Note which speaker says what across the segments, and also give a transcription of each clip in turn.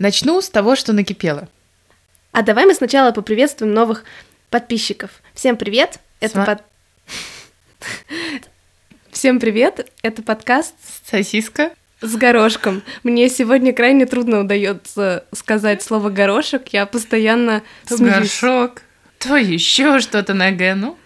Speaker 1: Начну с того, что накипело.
Speaker 2: А давай мы сначала поприветствуем новых подписчиков. Всем привет! Это
Speaker 1: Сма-
Speaker 2: под- Всем привет! Это подкаст
Speaker 1: Сосиска.
Speaker 2: с горошком. Мне сегодня крайне трудно удается сказать слово горошек. Я постоянно смеюсь.
Speaker 1: Горшок. То еще что-то на Г, ну.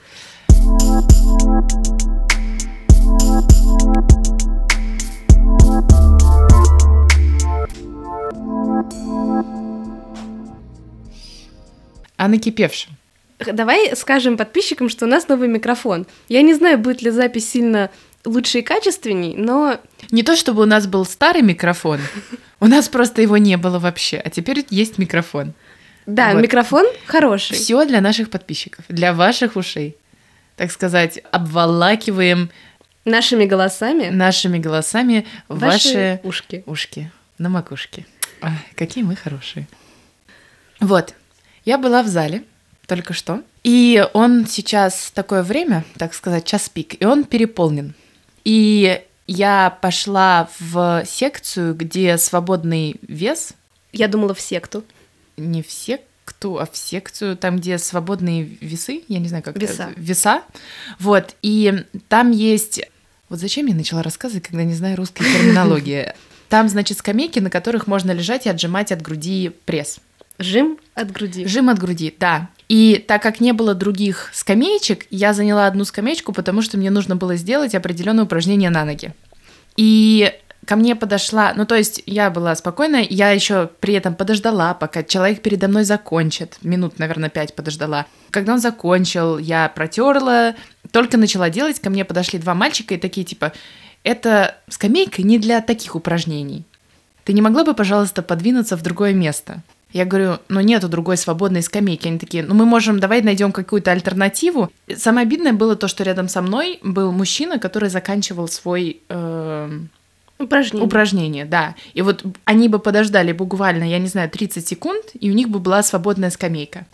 Speaker 1: О накипевшем.
Speaker 2: Х- Давай скажем подписчикам, что у нас новый микрофон. Я не знаю, будет ли запись сильно лучше и качественней, но
Speaker 1: Не то чтобы у нас был старый микрофон, у нас просто его не было вообще, а теперь есть микрофон.
Speaker 2: да,
Speaker 1: Вот.
Speaker 2: микрофон хороший.
Speaker 1: Все для наших подписчиков, для ваших ушей. Так сказать, обволакиваем
Speaker 2: Нашими голосами
Speaker 1: нашими голосами ваши,
Speaker 2: ушки.
Speaker 1: ушки на макушке. Ах, какие мы хорошие. Вот, я была в зале только что, и он сейчас такое время, так сказать, час пик, и он переполнен. И я пошла в секцию, где свободный вес,
Speaker 2: Я думала в секту.
Speaker 1: не в секту, а в секцию, там, где свободные весы, я не знаю, как это-
Speaker 2: Веса.
Speaker 1: веса. Вот, и там есть... Вот зачем я начала рассказывать, когда не знаю русской терминологии? Там, значит, скамейки, на которых можно лежать и отжимать от груди пресс.
Speaker 2: Жим от груди.
Speaker 1: Жим от груди, да. И так как не было других скамеечек, я заняла одну скамеечку, потому что мне нужно было сделать определенное упражнение на ноги. И ко мне подошла, ну то есть я была спокойна, я еще при этом подождала, пока человек передо мной закончит, минут, наверное, пять подождала. Когда он закончил, я протерла, только начала делать, ко мне подошли два мальчика и такие типа, это скамейка не для таких упражнений. Ты не могла бы, пожалуйста, подвинуться в другое место? Я говорю, ну нету другой свободной скамейки. Они такие, ну мы можем, давай найдем какую-то альтернативу. Самое обидное было то, что рядом со мной был мужчина, который заканчивал свой эм,
Speaker 2: Упражнение.
Speaker 1: упражнение, да. И вот они бы подождали буквально, я не знаю, 30 секунд, и у них бы была свободная скамейка.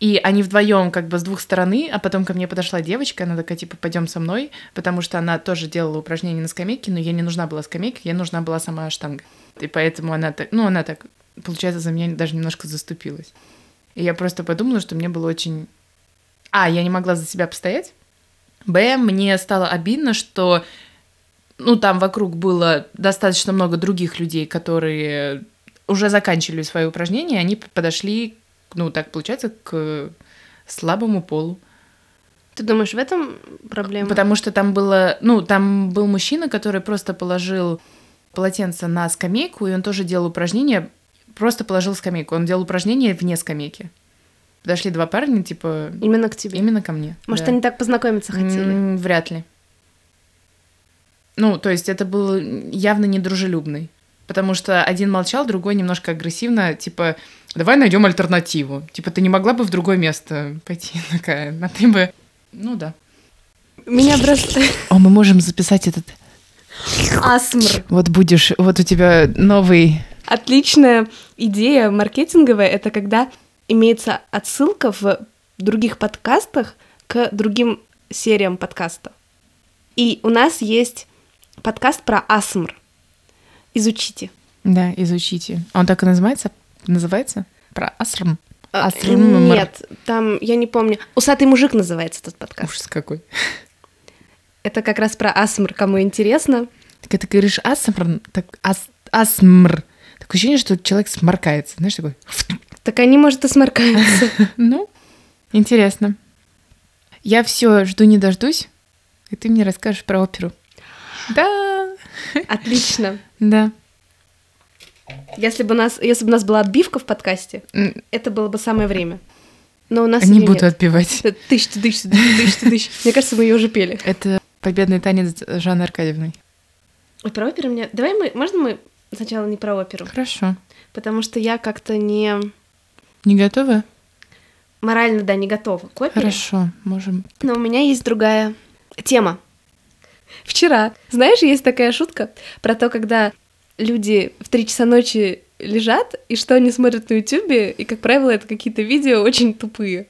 Speaker 1: И они вдвоем как бы с двух стороны, а потом ко мне подошла девочка, она такая, типа, пойдем со мной, потому что она тоже делала упражнение на скамейке, но ей не нужна была скамейка, ей нужна была сама штанга. И поэтому она так, ну, она так, получается, за меня даже немножко заступилась. И я просто подумала, что мне было очень... А, я не могла за себя постоять. Б, мне стало обидно, что ну, там вокруг было достаточно много других людей, которые уже заканчивали свои упражнения, и они подошли, ну, так получается, к слабому полу.
Speaker 2: Ты думаешь, в этом проблема?
Speaker 1: Потому что там было, ну, там был мужчина, который просто положил полотенце на скамейку, и он тоже делал упражнения, просто положил скамейку. Он делал упражнения вне скамейки. Подошли два парня, типа,
Speaker 2: Именно к тебе.
Speaker 1: именно ко мне.
Speaker 2: Может,
Speaker 1: да.
Speaker 2: они так познакомиться хотели?
Speaker 1: М, Вряд ли. Ну, то есть это был явно недружелюбный. Потому что один молчал, другой немножко агрессивно, типа, давай найдем альтернативу. Типа, ты не могла бы в другое место пойти такая, а ты бы... Ну да.
Speaker 2: Меня просто...
Speaker 1: О, мы можем записать этот...
Speaker 2: Асмр.
Speaker 1: Вот будешь, вот у тебя новый...
Speaker 2: Отличная идея маркетинговая — это когда имеется отсылка в других подкастах к другим сериям подкаста. И у нас есть подкаст про асмр. Изучите.
Speaker 1: Да, изучите. Он так и называется? Называется? Про Асрм.
Speaker 2: А,
Speaker 1: Асмр.
Speaker 2: Нет, там, я не помню. «Усатый мужик» называется этот подкаст.
Speaker 1: Ужас какой.
Speaker 2: Это как раз про асмр, кому интересно.
Speaker 1: Так ты говоришь асмр, так ас- асмр. Такое ощущение, что человек сморкается. Знаешь, такой,
Speaker 2: Так они, может, и сморкаются.
Speaker 1: ну, интересно. Я все жду не дождусь, и ты мне расскажешь про оперу. Да,
Speaker 2: Отлично.
Speaker 1: да.
Speaker 2: Если бы у нас, если бы у нас была отбивка в подкасте,
Speaker 1: М,
Speaker 2: это было бы самое время. Но у нас
Speaker 1: Не
Speaker 2: её
Speaker 1: буду
Speaker 2: нет.
Speaker 1: отбивать.
Speaker 2: Тыщ, тыщ, тыщ, тыщ. Мне кажется, мы ее уже пели.
Speaker 1: Это победный танец Жанны Аркадьевны.
Speaker 2: Ой, про оперу мне... Давай мы... Можно мы сначала не про оперу?
Speaker 1: Хорошо.
Speaker 2: Потому что я как-то не...
Speaker 1: Не готовы?
Speaker 2: Морально, да, не готова к опере.
Speaker 1: Хорошо, можем.
Speaker 2: Но у меня есть другая тема. Вчера, знаешь, есть такая шутка про то, когда люди в 3 часа ночи лежат, и что они смотрят на ютюбе, и, как правило, это какие-то видео очень тупые.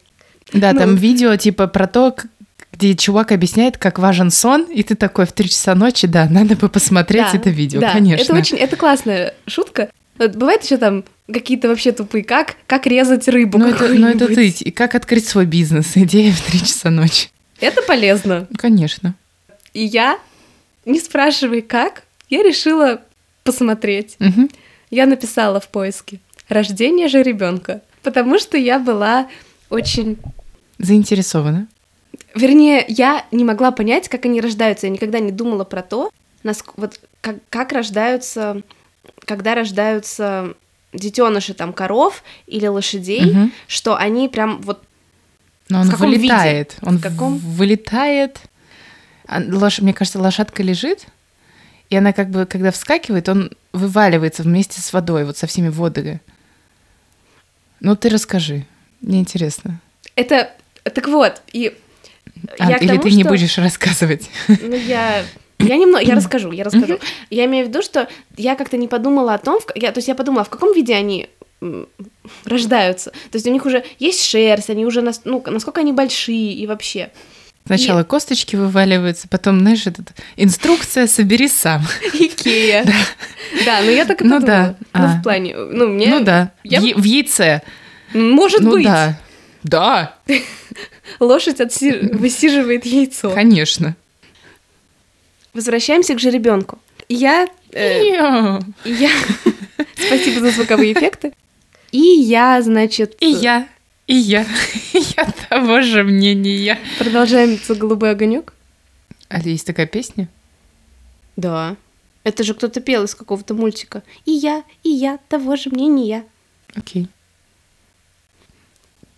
Speaker 1: Да,
Speaker 2: Ну.
Speaker 1: там видео типа про то, к- где чувак объясняет, как важен сон, и ты такой в 3 часа ночи, да, надо бы посмотреть
Speaker 2: Да,
Speaker 1: это видео,
Speaker 2: да.
Speaker 1: конечно.
Speaker 2: Это очень, это классная шутка. Вот бывает еще там какие-то вообще тупые, как, как резать рыбу
Speaker 1: Ну это, ну, это
Speaker 2: какую-нибудь.
Speaker 1: ты. И как открыть свой бизнес? Идея в 3 часа ночи.
Speaker 2: Это полезно.
Speaker 1: Ну, Конечно.
Speaker 2: И я, не спрашивай как, я решила посмотреть.
Speaker 1: Мгм.
Speaker 2: Я написала в поиске «Рождение же ребенка», потому что я была очень...
Speaker 1: Заинтересована.
Speaker 2: Вернее, я не могла понять, как они рождаются. Я никогда не думала про то, наск- вот как, как рождаются, когда рождаются детеныши там коров или лошадей,
Speaker 1: Мгм.
Speaker 2: что они прям вот
Speaker 1: Но он
Speaker 2: В каком
Speaker 1: вылетает.
Speaker 2: виде?
Speaker 1: Он
Speaker 2: В каком?
Speaker 1: в- вылетает. А лош- Мне кажется, лошадка лежит, и она как бы, когда вскакивает, он вываливается вместе с водой, вот со всеми водами. Ну, ты расскажи. Мне интересно.
Speaker 2: это. Так вот и
Speaker 1: А,
Speaker 2: я к
Speaker 1: или
Speaker 2: тому,
Speaker 1: ты не
Speaker 2: что-
Speaker 1: будешь рассказывать.
Speaker 2: Ну, я... Я немного, я расскажу, я расскажу. Я имею в виду, что я как-то не подумала о том, в к- я, то есть я подумала, в каком виде они м, рождаются. То есть у них уже есть шерсть, они уже, нас, ну, насколько они большие и вообще.
Speaker 1: Сначала косточки вываливаются, потом, знаешь, этот, инструкция «собери сам».
Speaker 2: Икея. Да, ну я так и
Speaker 1: Ну да,
Speaker 2: подумала. Ну
Speaker 1: а.
Speaker 2: в плане, ну мне...
Speaker 1: Ну да,
Speaker 2: я-
Speaker 1: в я- в яйце.
Speaker 2: Может
Speaker 1: ну
Speaker 2: быть,
Speaker 1: да. Да,
Speaker 2: лошадь отси- высиживает яйцо.
Speaker 1: конечно.
Speaker 2: Возвращаемся к жеребенку. Я... э,
Speaker 1: И
Speaker 2: И я... Спасибо за звуковые эффекты. И я, значит...
Speaker 1: я, и я, и я того же мнения.
Speaker 2: Продолжаем «Голубой огонек».
Speaker 1: А есть такая песня?
Speaker 2: Да. Это же кто-то пел из какого-то мультика. И я, и я, того же мнения.
Speaker 1: Окей.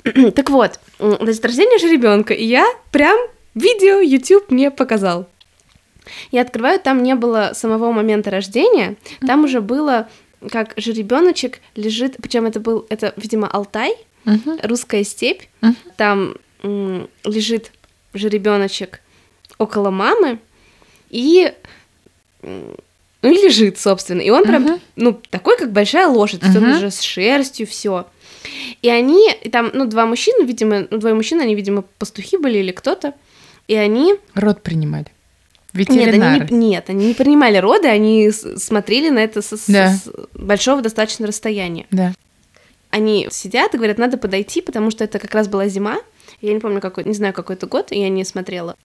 Speaker 2: так вот, м, значит, рождение же ребенка, и я прям видео YouTube мне показал. Я открываю, там не было самого момента рождения, там уже было, как же ребеночек лежит, причем это был, это, видимо, Алтай, русская степь,
Speaker 1: Мгм.
Speaker 2: там м, лежит жеребеночек около мамы, и м, ну и лежит, собственно. И он прям,
Speaker 1: Мгм.
Speaker 2: ну, такой, как большая лошадь, то есть он
Speaker 1: Мгм.
Speaker 2: уже с шерстью, все. И они, и там, ну, два мужчины, видимо, ну, двое мужчин, они, видимо, пастухи были или кто-то, и они...
Speaker 1: Рот принимали.
Speaker 2: Нет они,
Speaker 1: Ветеринары.
Speaker 2: не, нет, они не принимали роды, они с- смотрели на это со- с-
Speaker 1: Да.
Speaker 2: с большого достаточно расстояния
Speaker 1: Да.
Speaker 2: они сидят и говорят, надо подойти, потому что это как раз была зима. Я не помню, какой, не знаю, какой это год, я не смотрела.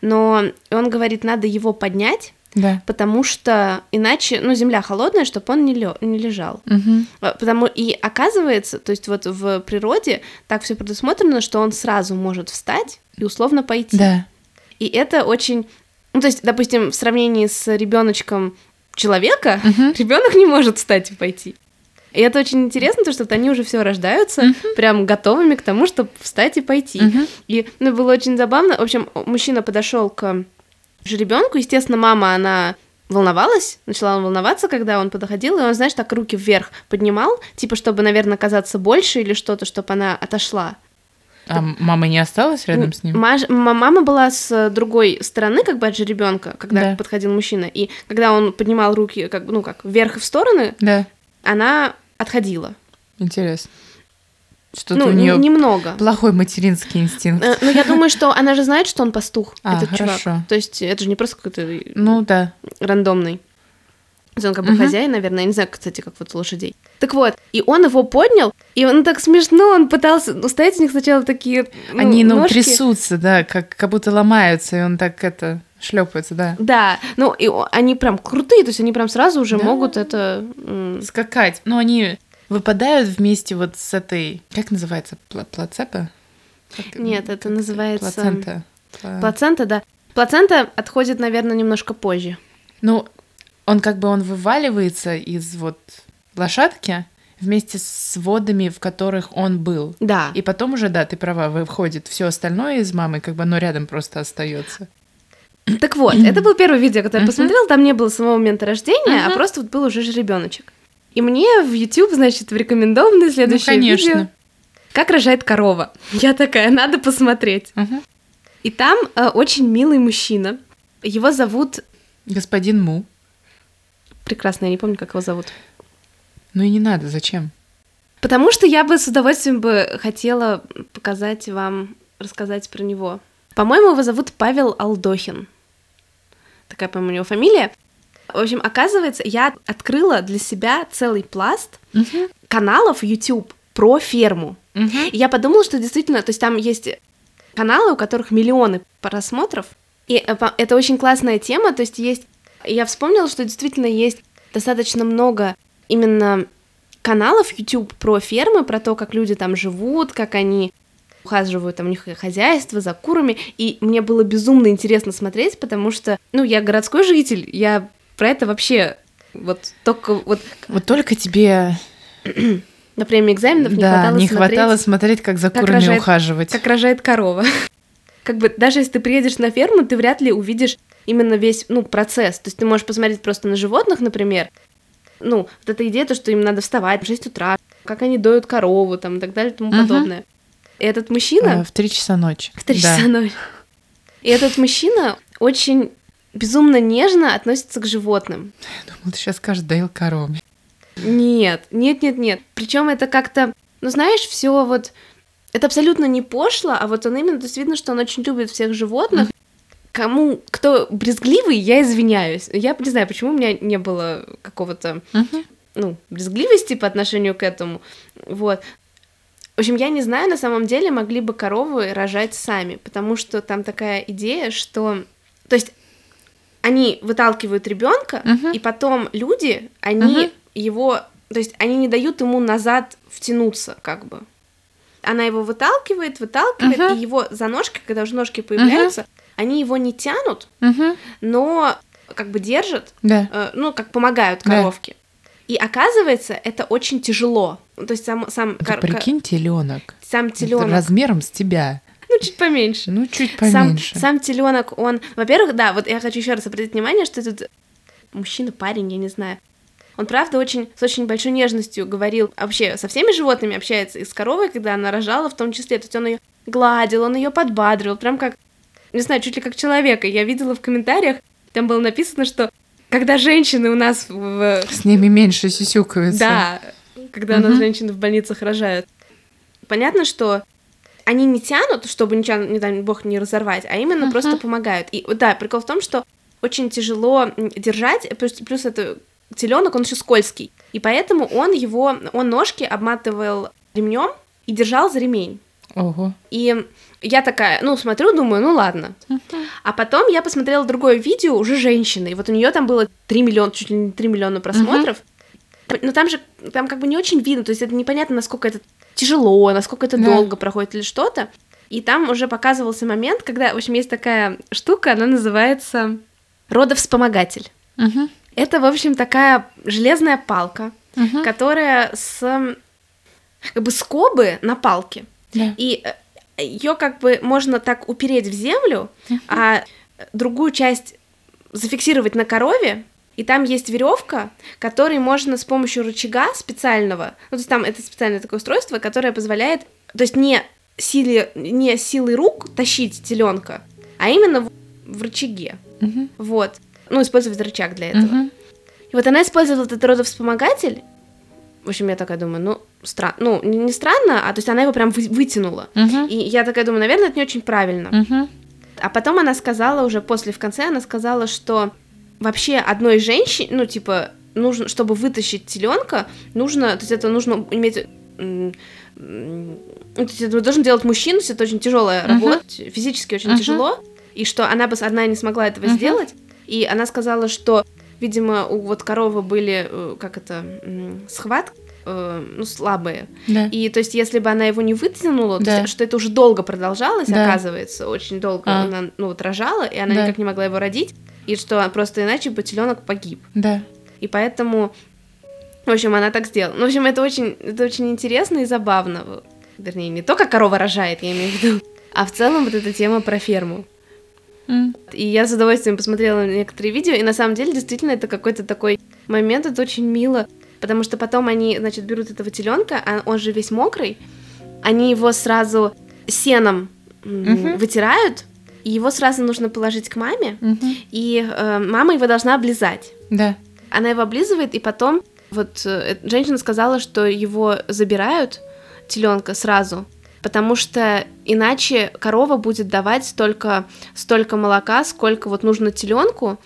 Speaker 2: Но он говорит, надо его поднять,
Speaker 1: Да.
Speaker 2: потому что иначе, ну, земля холодная, чтобы он не, лё- не лежал.
Speaker 1: Мгм.
Speaker 2: А, Потому и оказывается, то есть вот в природе так все предусмотрено, что он сразу может встать и условно пойти.
Speaker 1: Да.
Speaker 2: И это очень, ну, то есть, допустим, в сравнении с ребеночком человека,
Speaker 1: Мгм.
Speaker 2: ребенок не может встать и пойти. И это очень интересно, потому что вот они уже все рождаются, прям готовыми к тому, чтобы встать и пойти.
Speaker 1: Мгм.
Speaker 2: И ну, было очень забавно. В общем, мужчина подошел к жеребенку. Естественно, мама, она волновалась, начала волноваться, когда он подходил, и он, знаешь, так руки вверх поднимал, типа, чтобы, наверное, казаться больше или что-то, чтобы она отошла.
Speaker 1: А мама не осталась рядом с ним?
Speaker 2: Маж- ма- мама была с другой стороны, как бы от жеребенка, когда
Speaker 1: Да.
Speaker 2: подходил мужчина. И когда он поднимал руки, как бы, ну как, вверх и в стороны,
Speaker 1: Да.
Speaker 2: она отходила.
Speaker 1: Интересно. Что-то
Speaker 2: ну,
Speaker 1: у
Speaker 2: н-
Speaker 1: нее
Speaker 2: немного.
Speaker 1: плохой материнский инстинкт.
Speaker 2: Э, Но я думаю, что она же знает, что он пастух,
Speaker 1: А,
Speaker 2: этот
Speaker 1: хорошо.
Speaker 2: чувак. То есть это же не просто какой-то э,
Speaker 1: Ну да.
Speaker 2: рандомный. То есть Он как бы
Speaker 1: Мгм.
Speaker 2: хозяин, наверное, я не знаю, кстати, как вот у лошадей. Так вот, и он его поднял, и он так смешно, он пытался, ну, стоять у них сначала такие, ну,
Speaker 1: Они, ну,
Speaker 2: ножки.
Speaker 1: трясутся, да, как, как будто ломаются, и он так это шлепается, да.
Speaker 2: Да, ну, и о- они прям крутые, то есть они прям сразу уже
Speaker 1: Да.
Speaker 2: могут это... м,
Speaker 1: Скакать. Ну, они выпадают вместе вот с этой... Как называется? Пла- плацебо? Как-
Speaker 2: Нет, это называется...
Speaker 1: Плацента. Пла-
Speaker 2: Плацента, да. Плацента отходит, наверное, немножко позже.
Speaker 1: Ну, он как бы он вываливается из вот лошадки вместе с водами, в которых он был.
Speaker 2: Да.
Speaker 1: И потом уже, да, ты права, выходит все остальное из мамы, как бы оно рядом просто Ну, остается.
Speaker 2: Так вот, это был первый видео, которое я
Speaker 1: Мгм.
Speaker 2: посмотрела. Там не было самого момента рождения, а
Speaker 1: Мгм.
Speaker 2: просто вот был уже жеребеночек. И мне в YouTube, значит, в рекомендованное
Speaker 1: Ну,
Speaker 2: следующее видео. Как рожает корова. Я такая, надо посмотреть.
Speaker 1: Мгм.
Speaker 2: И там э, очень милый мужчина. Его зовут...
Speaker 1: Господин Му.
Speaker 2: Прекрасно, я не помню, как его зовут.
Speaker 1: Ну и не надо, зачем?
Speaker 2: Потому что я бы с удовольствием бы хотела показать вам, рассказать про него. По-моему, его зовут Павел Алдохин. Такая, по-моему, у него фамилия. В общем, оказывается, я открыла для себя целый пласт каналов YouTube про ферму.
Speaker 1: Мгм.
Speaker 2: И я подумала, что действительно, то есть там есть каналы, у которых миллионы просмотров, и э, по- это очень классная тема, то есть есть... Я вспомнила, что действительно есть достаточно много именно каналов YouTube про фермы, про то, как люди там живут, как они ухаживают, там у них хозяйство за курами, и мне было безумно интересно смотреть, потому что, ну, я городской житель, я про это вообще вот только вот
Speaker 1: Вот только тебе
Speaker 2: на время экзаменов не
Speaker 1: да,
Speaker 2: хватало
Speaker 1: не
Speaker 2: смотреть.
Speaker 1: хватало смотреть, как за
Speaker 2: как
Speaker 1: курами
Speaker 2: рожает-
Speaker 1: ухаживать.
Speaker 2: как рожает корова. Как бы даже если ты приедешь на ферму, ты вряд ли увидишь именно весь, ну, процесс. То есть ты можешь посмотреть просто на животных, например. Ну, вот эта идея, то, что им надо вставать в 6 утра, как они доют корову, там, и так далее, и тому
Speaker 1: Мгм.
Speaker 2: подобное. И этот
Speaker 1: А,
Speaker 2: мужчина...
Speaker 1: В три часа ночи.
Speaker 2: В три
Speaker 1: Да.
Speaker 2: часа ночи. И этот мужчина очень безумно нежно относится к животным.
Speaker 1: Я думала, ты сейчас скажешь, доил коровами.
Speaker 2: Нет, нет, нет, нет. Причем это как-то, ну знаешь, все вот это абсолютно не пошло, а вот он именно, то есть видно, что он очень любит всех животных. Кому, кто брезгливый, я извиняюсь. Я не знаю, почему у меня не было какого-то,
Speaker 1: Мгм.
Speaker 2: ну, брезгливости по отношению к этому. Вот. В общем, я не знаю, на самом деле могли бы коровы рожать сами, потому что там такая идея, что... То есть они выталкивают ребенка,
Speaker 1: Мгм.
Speaker 2: и потом люди, они
Speaker 1: Мгм.
Speaker 2: его... То есть они не дают ему назад втянуться, как бы. Она его выталкивает, выталкивает,
Speaker 1: Мгм.
Speaker 2: и его за ножки, когда уже ножки появляются, они его не тянут,
Speaker 1: Мгм.
Speaker 2: но как бы держат,
Speaker 1: Да.
Speaker 2: э, ну, как помогают
Speaker 1: Да.
Speaker 2: коровке. И оказывается, это очень тяжело. Ну, То есть сам, сам,
Speaker 1: Это
Speaker 2: кор- ко-
Speaker 1: прикинь, теленок.
Speaker 2: сам теленок,
Speaker 1: Размером с тебя.
Speaker 2: ну, чуть поменьше.
Speaker 1: Ну, чуть
Speaker 2: Сам,
Speaker 1: поменьше.
Speaker 2: сам теленок, он, во-первых, да, вот я хочу еще раз обратить внимание, что этот мужчина, парень, я не знаю, он правда очень с очень большой нежностью говорил вообще со всеми животными общается и с коровой, когда она рожала, в том числе, то есть он ее гладил, он ее подбадривал, прям как, не знаю, чуть ли как человека. Я видела в комментариях, там было написано, что когда женщины у нас в
Speaker 1: С ними меньше сюсюкается.
Speaker 2: да, когда у нас
Speaker 1: Мгм.
Speaker 2: женщины в больницах рожают. Понятно, что они не тянут, чтобы ничего, не дай бог, не разорвать, а именно
Speaker 1: Мгм.
Speaker 2: просто помогают. И вот, да, прикол в том, что очень тяжело м, держать, плюс, плюс это теленок, он еще скользкий. И поэтому он его, он ножки обматывал ремнем и держал за ремень.
Speaker 1: Ого.
Speaker 2: И я такая, ну, смотрю, думаю, ну ладно. А потом я посмотрела другое видео уже женщины. И вот у нее там было 3 миллиона, чуть ли не 3 миллиона просмотров. Но там же, там как бы не очень видно, то есть это непонятно, насколько это тяжело, насколько это
Speaker 1: Да.
Speaker 2: долго проходит или что-то. И там уже показывался момент, когда, в общем, есть такая штука, она называется родовспомогатель.
Speaker 1: Мгм.
Speaker 2: Это, в общем, такая железная палка,
Speaker 1: Мгм.
Speaker 2: которая с м, как бы скобы на палке.
Speaker 1: Да.
Speaker 2: И ее как бы можно так упереть в землю, а другую часть зафиксировать на корове. И там есть веревка, которой можно с помощью рычага специального, ну то есть там это специальное такое устройство, которое позволяет, то есть не силе, не силой рук тащить теленка, а именно в, в рычаге.
Speaker 1: Мгм.
Speaker 2: Вот. Ну, использовать рычаг для этого.
Speaker 1: Мгм.
Speaker 2: И вот она использовала этот родовспомогатель. В общем, я такая думаю, ну, странно. Ну, не не странно, а то есть она его прям вы- вытянула.
Speaker 1: Мгм.
Speaker 2: И я такая думаю, наверное, это не очень правильно.
Speaker 1: Мгм.
Speaker 2: А потом она сказала уже после, в конце она сказала, что вообще одной женщине, ну, типа, нужно, чтобы вытащить теленка, нужно, то есть это нужно иметь... м, м, ну, то есть это должен делать мужчина, то есть это очень тяжелая
Speaker 1: Мгм.
Speaker 2: работа, физически очень
Speaker 1: Мгм.
Speaker 2: тяжело, и что она бы с- одна не смогла этого
Speaker 1: Мгм.
Speaker 2: сделать, и она сказала, что, видимо, у вот коровы были, э, как это, м, схватки, э, ну, слабые,
Speaker 1: Да.
Speaker 2: и то есть, если бы она его не вытянула, то
Speaker 1: Да.
Speaker 2: есть, что это уже долго продолжалось,
Speaker 1: Да.
Speaker 2: оказывается, очень долго
Speaker 1: А.
Speaker 2: она ну, вот рожала, и она
Speaker 1: Да.
Speaker 2: никак не могла его родить, и что просто иначе бы теленок погиб.
Speaker 1: Да.
Speaker 2: И поэтому, в общем, она так сделала. Ну, в общем, это очень, это очень интересно и забавно. Вернее, не то, как корова рожает, я имею в виду, а в целом вот эта тема про ферму.
Speaker 1: М.
Speaker 2: И я с удовольствием посмотрела некоторые видео, и на самом деле действительно это какой-то такой момент, это очень мило, потому что потом они, значит, берут этого теленка, а он же весь мокрый, они его сразу сеном м,
Speaker 1: Мгм.
Speaker 2: вытирают, и его сразу нужно положить к маме,
Speaker 1: Мгм.
Speaker 2: и э, мама его должна облизать.
Speaker 1: Да.
Speaker 2: Она его облизывает, и потом вот э, эта женщина сказала, что его забирают теленка сразу, потому что иначе корова будет давать столько, столько молока, сколько вот нужно теленку,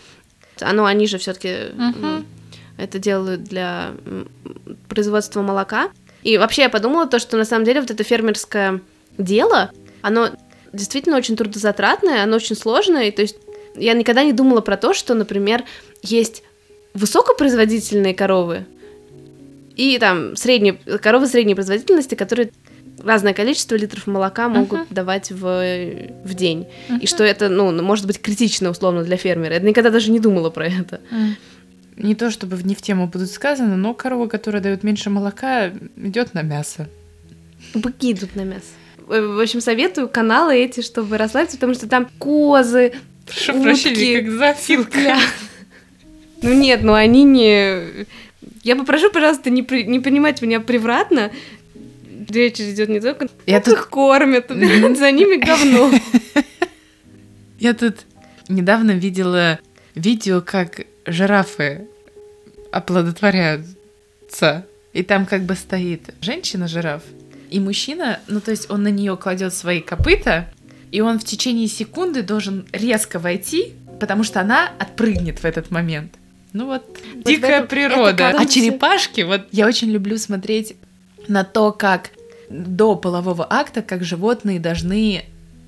Speaker 2: А ну, они же все-таки
Speaker 1: Мгм.
Speaker 2: это делают для м, производства молока. И вообще я подумала то, что на самом деле вот это фермерское дело, оно действительно очень трудозатратное, оно очень сложное. И, то есть я никогда не думала про то, что, например, есть высокопроизводительные коровы и там средние, коровы средней производительности, которые разное количество литров молока могут
Speaker 1: Мгм.
Speaker 2: давать в, в день. И
Speaker 1: Мгм.
Speaker 2: что это, ну, может быть критично условно для фермера. Я никогда даже не думала про это.
Speaker 1: М. Не то чтобы в- не в тему будут сказано, но корова, которая дает меньше молока, идет на мясо.
Speaker 2: Быки идут на мясо. Э, В общем, советую каналы эти, чтобы расслабиться, потому что там козы,
Speaker 1: Прошу
Speaker 2: Утки.
Speaker 1: прощения, как
Speaker 2: Бля.
Speaker 1: зафилка.
Speaker 2: Ну нет, ну они не... Я попрошу, пожалуйста, не, при- не принимать меня превратно. Речь идет не только...
Speaker 1: Я
Speaker 2: Как их кормят, за ними говно.
Speaker 1: Я тут недавно видела видео, как жирафы оплодотворяются. И там как бы стоит женщина-жираф и мужчина, ну то есть он на нее кладет свои копыта, и он в течение секунды должен резко войти, потому что она отпрыгнет в этот момент. Ну вот, дикая
Speaker 2: этом-
Speaker 1: природа.
Speaker 2: это кажется-
Speaker 1: а черепашки, вот я очень люблю смотреть на то, как до полового акта, как животные должны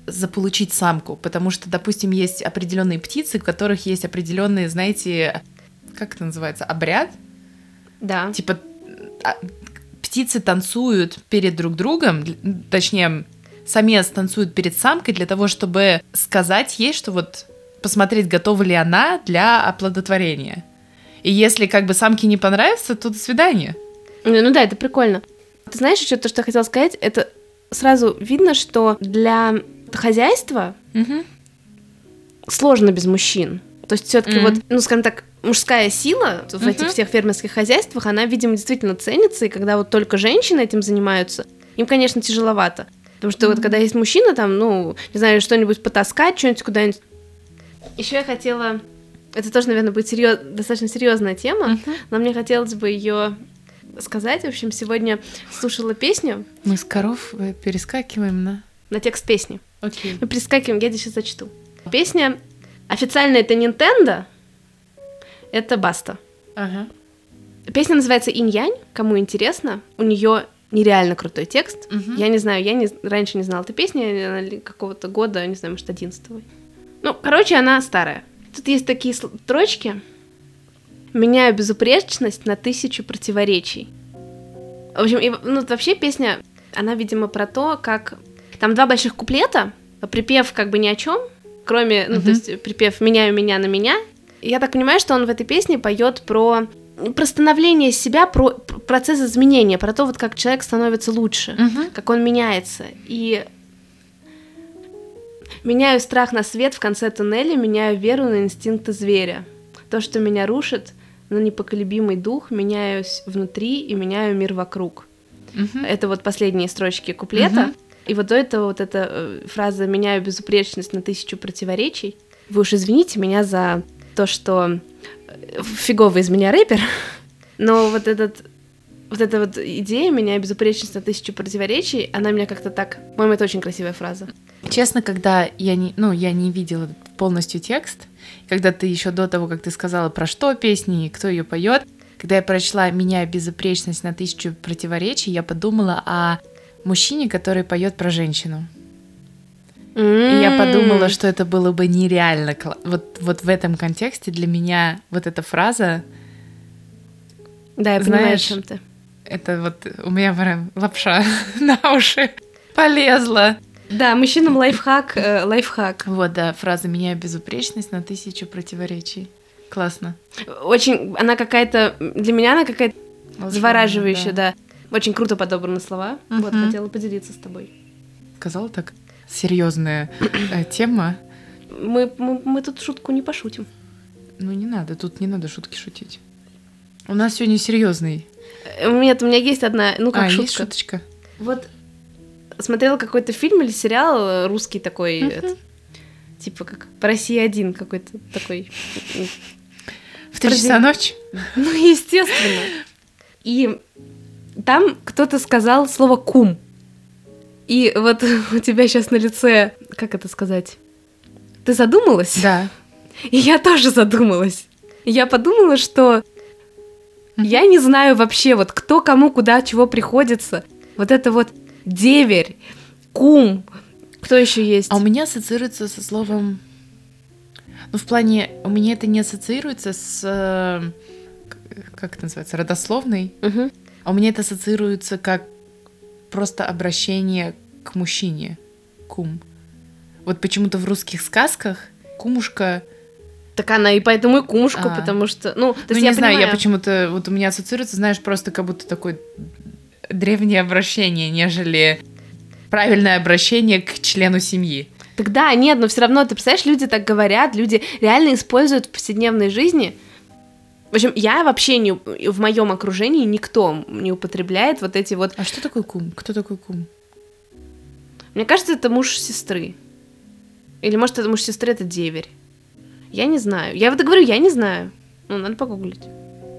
Speaker 1: заполучить самку, потому что, допустим, есть определенные птицы, у которых есть определенные, знаете, как это называется, обряд,
Speaker 2: Да.
Speaker 1: типа а, птицы танцуют перед друг другом, дл- точнее, самец танцует перед самкой для того, чтобы сказать ей, что вот посмотреть, готова ли она для оплодотворения. И если как бы самке не понравится, то до свидания.
Speaker 2: Ну ну да, это прикольно. Ты знаешь еще то, что я хотела сказать? Это сразу видно, что для хозяйства сложно без мужчин. То есть все-таки
Speaker 1: Мгм.
Speaker 2: вот, ну скажем так, мужская сила в этих
Speaker 1: Мгм.
Speaker 2: всех фермерских хозяйствах, она, видимо, действительно ценится, и когда вот только женщины этим занимаются, им, конечно, тяжеловато. Потому что вот
Speaker 1: Мгм.
Speaker 2: когда есть мужчина, там, ну, не знаю, что-нибудь потаскать, что-нибудь куда-нибудь. Еще я хотела, это тоже, наверное, будет серьез... достаточно серьезная тема, но мне хотелось бы ее сказать. В общем, сегодня слушала песню
Speaker 1: Мы с коров э, перескакиваем на...
Speaker 2: на текст песни.
Speaker 1: Окей.
Speaker 2: Мы прискакиваем, я здесь сейчас зачту. Песня официально это Nintendo, это Баста.
Speaker 1: Ага.
Speaker 2: Песня называется Инь-Янь, кому интересно. У нее нереально крутой текст.
Speaker 1: Мгм.
Speaker 2: Я не знаю, я не, раньше не знала этой песни, она ли- какого-то года, не знаю, может, 11 Ну, короче, она старая. Тут есть такие сл- строчки. Меняю безупречность на тысячу противоречий. В общем, и в- ну, вообще песня, она, видимо, про то, как... Там два больших куплета, припев как бы ни о чем, кроме, ну, то
Speaker 1: Мгм.
Speaker 2: есть припев «меняю меня на меня». И Я так понимаю, что он в этой песне поет про ну, про становление себя, про про процесс изменения, про то, вот как человек становится лучше
Speaker 1: Мгм.
Speaker 2: как он меняется. И меняю страх на свет в конце туннеля, меняю веру на инстинкты зверя. То, что меня рушит, на непоколебимый дух, меняюсь внутри и меняю мир вокруг.
Speaker 1: Мгм.
Speaker 2: Это вот последние строчки куплета.
Speaker 1: Мгм.
Speaker 2: И вот до этого вот эта э, фраза «меняю безупречность на тысячу противоречий». Вы уж извините меня за то, что э, фиговый из меня рэпер, но вот этот вот эта вот идея «меняю безупречность на тысячу противоречий», она меня как-то так... По-моему, это очень красивая фраза.
Speaker 1: Честно, когда я не, ну, я не видела полностью текст, когда ты еще до того, как ты сказала, про что песни и кто ее поет, когда я прочла «Меняя безупречность на тысячу противоречий», я подумала о мужчине, который поет про женщину. И я подумала, что это было бы нереально. кла- Вот, вот в этом контексте для меня вот эта фраза,
Speaker 2: Да, я понимаю, о
Speaker 1: знаешь,
Speaker 2: чем ты.
Speaker 1: это вот у меня прям лапша на уши полезла.
Speaker 2: Да, мужчинам лайфхак, э, лайфхак.
Speaker 1: Вот, да, фраза «Меняю безупречность на тысячу противоречий». Классно.
Speaker 2: Очень... Она какая-то... Для меня она какая-то Завораживающе, да. Очень круто подобраны слова. Вот,
Speaker 1: Мгм.
Speaker 2: хотела поделиться с тобой.
Speaker 1: Сказала так. Серьезная э, тема.
Speaker 2: Мы, мы, мы тут шутку не пошутим.
Speaker 1: Ну не надо, тут не надо шутки шутить. У нас сегодня серьезный.
Speaker 2: Э, Нет, у меня есть одна, ну как
Speaker 1: а,
Speaker 2: шутка.
Speaker 1: есть шуточка.
Speaker 2: Вот смотрела какой-то фильм или сериал э, русский такой,
Speaker 1: Мгм.
Speaker 2: этот, типа как по России один какой-то такой.
Speaker 1: В три
Speaker 2: Подожди.
Speaker 1: часа ночи?
Speaker 2: Ну, естественно. И там кто-то сказал слово кум. И вот у тебя сейчас на лице, как это сказать? Ты задумалась?
Speaker 1: Да.
Speaker 2: И я тоже задумалась. Я подумала, что я не знаю вообще, вот кто кому куда чего приходится. Вот это вот деверь, кум, кто еще есть?
Speaker 1: А у меня ассоциируется со словом... Ну, в плане, у меня это не ассоциируется с... э, к- Как это называется? Родословной.
Speaker 2: Мгм.
Speaker 1: А у меня это ассоциируется как просто обращение к мужчине. Кум. Вот почему-то в русских сказках кумушка...
Speaker 2: Так она и поэтому и кумушка,
Speaker 1: А.
Speaker 2: потому что, ну, то
Speaker 1: ну,
Speaker 2: есть
Speaker 1: не
Speaker 2: я
Speaker 1: знаю,
Speaker 2: понимаю.
Speaker 1: я почему-то... Вот у меня ассоциируется, знаешь, просто как будто такое древнее обращение, нежели правильное обращение к члену семьи.
Speaker 2: Тогда нет, но все равно, ты представляешь, люди так говорят, люди реально используют в повседневной жизни. В общем, я вообще не уп- в моем окружении никто не употребляет вот эти вот.
Speaker 1: А что такое кум? Кто такой кум?
Speaker 2: Мне кажется, это муж сестры. Или может это муж сестры, это деверь. Я не знаю. Я вот и говорю, я не знаю. Ну, надо погуглить.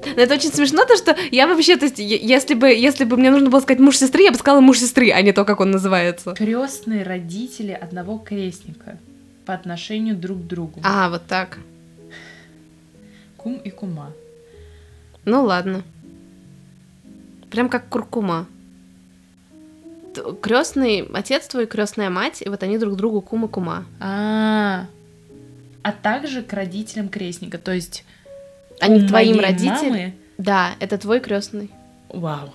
Speaker 2: Но это очень смешно, то что я вообще, то есть, е- если бы, если бы мне нужно было сказать муж сестры, я бы сказала муж сестры, а не то, как он называется.
Speaker 1: Крестные родители одного крестника по отношению друг к другу.
Speaker 2: А, вот так.
Speaker 1: Кум и кума.
Speaker 2: Ну ладно. Прям как куркума. Крестный отец твой, крестная мать, и вот они друг другу кума-кума.
Speaker 1: А, а также к родителям крестника, то есть
Speaker 2: Они
Speaker 1: у
Speaker 2: к твоим
Speaker 1: моей
Speaker 2: родителям.
Speaker 1: мамы-
Speaker 2: Да, это твой крестный.
Speaker 1: Вау.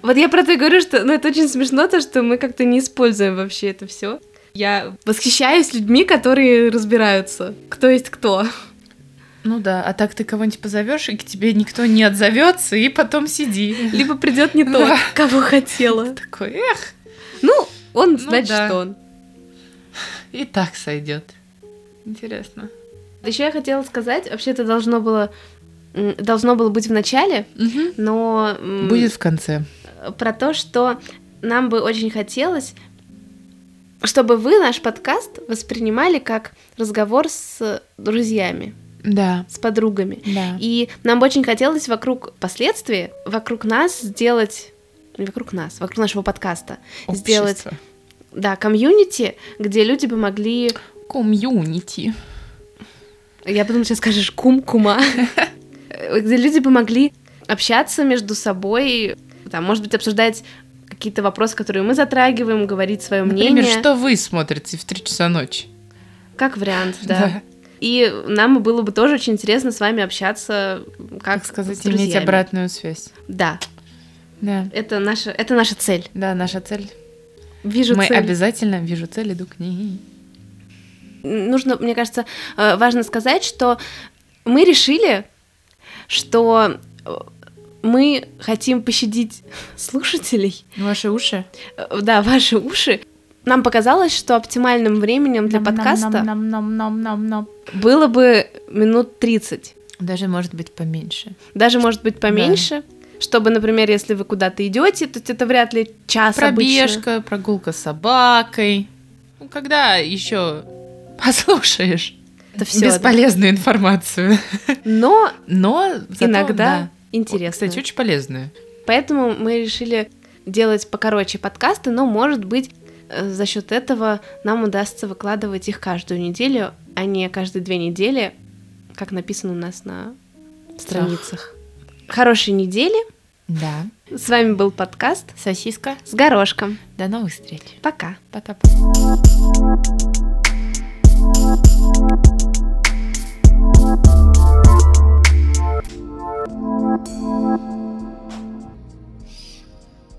Speaker 2: Вот я про это и говорю, что ну, это очень смешно, то, что мы как-то не используем вообще это все. Я восхищаюсь людьми, которые разбираются, кто есть кто.
Speaker 1: Ну да, а так ты кого-нибудь позовешь, и к тебе никто не отзовется, и потом сиди.
Speaker 2: Либо придет не тот,
Speaker 1: Да.
Speaker 2: кого хотела.
Speaker 1: Такой, эх,
Speaker 2: Ну, он
Speaker 1: Ну
Speaker 2: значит,
Speaker 1: да.
Speaker 2: что он.
Speaker 1: и так сойдет. Интересно.
Speaker 2: Еще я хотела сказать, вообще это должно было м, должно было быть в начале, но м,
Speaker 1: Будет в конце.
Speaker 2: про то, что нам бы очень хотелось, чтобы вы наш подкаст воспринимали как разговор с друзьями,
Speaker 1: Да.
Speaker 2: с подругами.
Speaker 1: Да.
Speaker 2: И нам бы очень хотелось вокруг последствий, вокруг нас сделать не вокруг нас, вокруг нашего подкаста, сделать,
Speaker 1: Общество.
Speaker 2: да, комьюнити, где люди бы могли,
Speaker 1: комьюнити.
Speaker 2: я подумала, сейчас скажешь кум-кума, где люди бы могли общаться между собой, там, может быть, обсуждать какие-то вопросы, которые мы затрагиваем, говорить свое
Speaker 1: Например,
Speaker 2: мнение.
Speaker 1: что вы смотрите в 3 часа ночи?
Speaker 2: Как вариант, да. И нам было бы тоже очень интересно с вами общаться, как,
Speaker 1: Как сказать,
Speaker 2: с
Speaker 1: иметь
Speaker 2: друзьями.
Speaker 1: обратную связь.
Speaker 2: Да,
Speaker 1: Да.
Speaker 2: это наша, это наша цель.
Speaker 1: Да, наша цель.
Speaker 2: Вижу
Speaker 1: Мы
Speaker 2: цель.
Speaker 1: обязательно вижу цель, иду к ней.
Speaker 2: Нужно, мне кажется, э, важно сказать, что мы решили, что э, мы хотим пощадить слушателей,
Speaker 1: Ваши уши
Speaker 2: э, да, ваши уши. Нам показалось, что оптимальным временем для подкаста было бы минут 30.
Speaker 1: Даже может быть поменьше.
Speaker 2: Даже, может быть, поменьше. Чтобы, например, если вы куда-то идете, то есть это вряд ли час обычно.
Speaker 1: Пробежка, прогулка с собакой. Ну, когда еще послушаешь
Speaker 2: Это всё, да.
Speaker 1: бесполезную информацию.
Speaker 2: Но
Speaker 1: Но зато,
Speaker 2: иногда
Speaker 1: да.
Speaker 2: интересно.
Speaker 1: Кстати, очень полезную.
Speaker 2: Поэтому мы решили делать покороче подкасты, но, может быть, э, за счет этого нам удастся выкладывать их каждую неделю, а не каждые две недели, как написано у нас на страницах. Хорошей недели.
Speaker 1: Да.
Speaker 2: С вами был подкаст
Speaker 1: Сосиска.
Speaker 2: с горошком.
Speaker 1: До новых встреч.
Speaker 2: Пока.
Speaker 1: Пока.